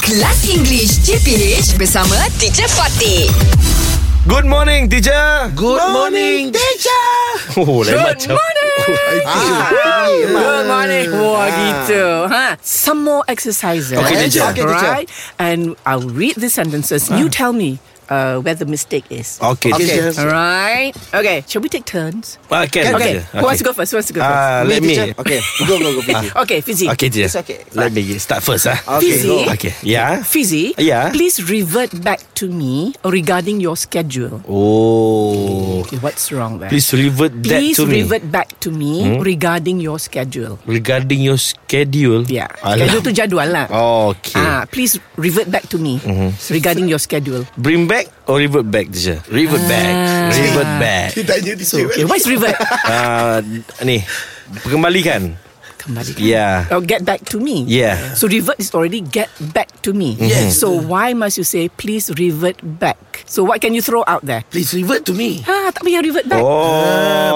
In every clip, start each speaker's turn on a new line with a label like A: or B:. A: Kelas English CPH bersama Teacher Fatih.
B: Good morning, teacher.
C: Good morning, teacher.
B: Oh, lain macam.
D: Ah.
E: Good morning Wah gitu ha? Some more exercises
B: Okay, teacher.
C: Okay, teacher.
E: Right And I'll read the sentences You tell me uh, Where the mistake is
B: Okay,
C: Okay.
B: teacher.
E: Alright Okay Shall we take turns?
B: Ah, can,
E: Okay,
B: okay.
E: Who wants to go first? Who wants to go first?
B: Ah, let me.
C: Okay, go
E: Ah.
C: go go. Fiji.
E: Okay Fizzy
B: Okay, teacher.
C: It's okay.
B: Let me start first, ah.
C: Okay,
E: Fizzy.
C: go.
B: Okay. Yeah.
E: Fizzy
B: Yeah.
E: Please revert back to me Regarding your schedule
B: Oh.
E: okay, What's wrong there?
B: Please revert that
E: Please
B: to me. Hmm?
E: revert back to me Regarding your schedule
B: Regarding your schedule.
E: Yeah
B: Alah. Oh,
E: Schedule tu jadual lah
B: Okay. Mm-hmm.
E: Ah, please revert back to me regarding your schedule.
B: Bring back or revert back, teacher?
E: Ah.
B: Revert back. Revert back.
C: Dia tanya di
B: Eh,
E: Okay,
C: sini.
E: what is revert?
B: Ah, ni. Kembalikan.
E: Kembali.
B: Yeah.
E: Or get back to me.
B: Yeah. Mm-hmm.
E: So revert is already get back to me.
C: Yes.
E: So why must you say please revert back? So what can you throw out there?
C: Please revert to me.
E: Ha, tak payah revert back.
B: Oh.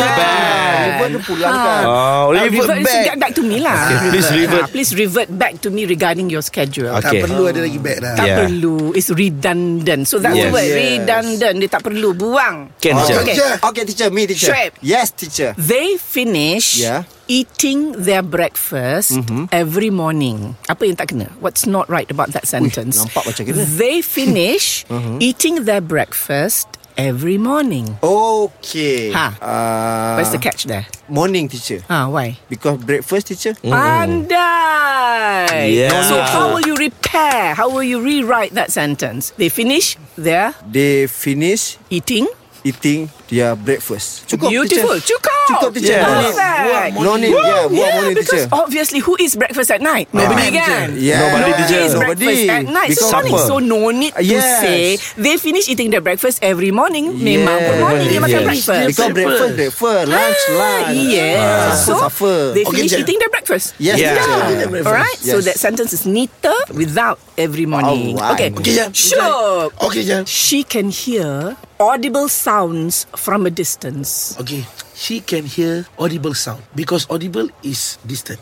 E: Ah.
C: Back. Revert
B: Back.
C: dia pulang kan.
B: Oh,
E: Uh,
B: revert
E: revert is
B: back.
E: get back to me lah.
B: Okay, please
E: Ah,
B: revert.
E: please revert back to me regarding your schedule.
C: Tak
B: Okay.
C: perlu ada lagi back dah.
E: Tak
B: Yeah.
E: perlu. It's redundant. So that's
B: Yes.
E: the word.
C: Yes.
E: Redundant. Dia tak perlu. Buang.
B: Can,
C: Oh,
B: teacher.
E: Okay.
C: teacher. Okay, teacher. Me, teacher.
E: Sure.
C: Yes, teacher.
E: They finish
C: Yeah.
E: eating their breakfast every morning. Apa yang tak kena? What's not right about that sentence?
C: nampak macam kena.
E: They finish eating their breakfast every morning.
D: Okay.
E: Ha.
D: Uh,
E: Where's the catch there?
D: morning teacher.
E: Ah, why?
D: Because breakfast teacher.
E: Hmm? Pandai.
B: Yeah.
E: So how will you repair? How will you rewrite that sentence? They finish their
D: They finish
E: eating.
D: eating their breakfast. Cukup
E: Beautiful.
D: teacher.
E: Cukup.
D: Cukup teacher.
B: Yeah.
D: No need.
E: Perfect.
D: No need. Yeah, buat
E: yeah,
D: morning
E: because
D: teacher.
E: obviously who eats breakfast at night? Nobody
D: Yeah.
E: can.
B: Nobody,
E: Nobody
B: teacher.
E: eats
D: Nobody.
E: breakfast at night.
D: Because
E: so, morning.
B: supper.
E: so no need to
D: Yes.
E: say they finish eating their breakfast every morning.
D: Yeah.
E: Memang per morning dia makan
B: Yes.
E: breakfast.
D: Because breakfast, breakfast, lunch,
E: Ah,
D: lunch.
E: yes. So
D: Supper, supper.
E: they
C: Okay,
E: finish
C: teacher.
E: eating their breakfast.
D: Yes,
B: Yeah.
D: teacher.
E: All right. So
D: Yes.
E: that sentence is neater without every morning.
D: Alright.
E: Okay.
C: Okay, Jan.
E: Sure.
C: Okay, Jan.
E: She can hear audible sounds from a distance.
C: Okay. She can hear audible sound because audible is distant.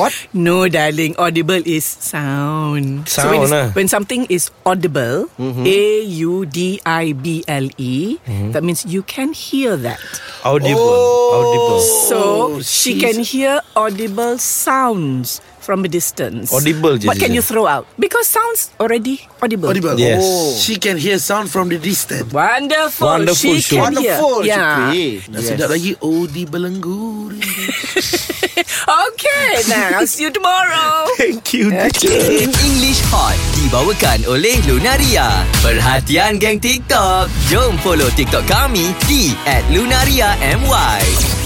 D: What?
E: No, darling. Audible is sound.
B: Sound Mm-hmm.
E: so when, it's-
B: lah.
E: when something is audible, A U D I B L E,
B: Mm-hmm.
E: that means you can hear that.
B: Audible.
E: Oh.
B: Audible.
E: So she
C: Oh, she's-
E: can hear audible sounds from a distance.
B: Audible je,
E: What can
B: je.
E: you throw out? Because sounds already audible.
C: Audible.
B: Yes.
C: Oh. She can hear sound from the distance.
E: Wonderful.
B: Wonderful,
E: She
B: Shu.
E: can
D: Wonderful.
E: hear. Yeah.
D: Syukri.
C: Dah sedap lagi Oh di belenggu
E: Okay. Now I'll see you tomorrow.
B: Thank you,
C: Eh,
B: teacher.
F: English Hot dibawakan oleh Lunaria. Perhatian geng TikTok. Jom follow TikTok kami di @lunariamy.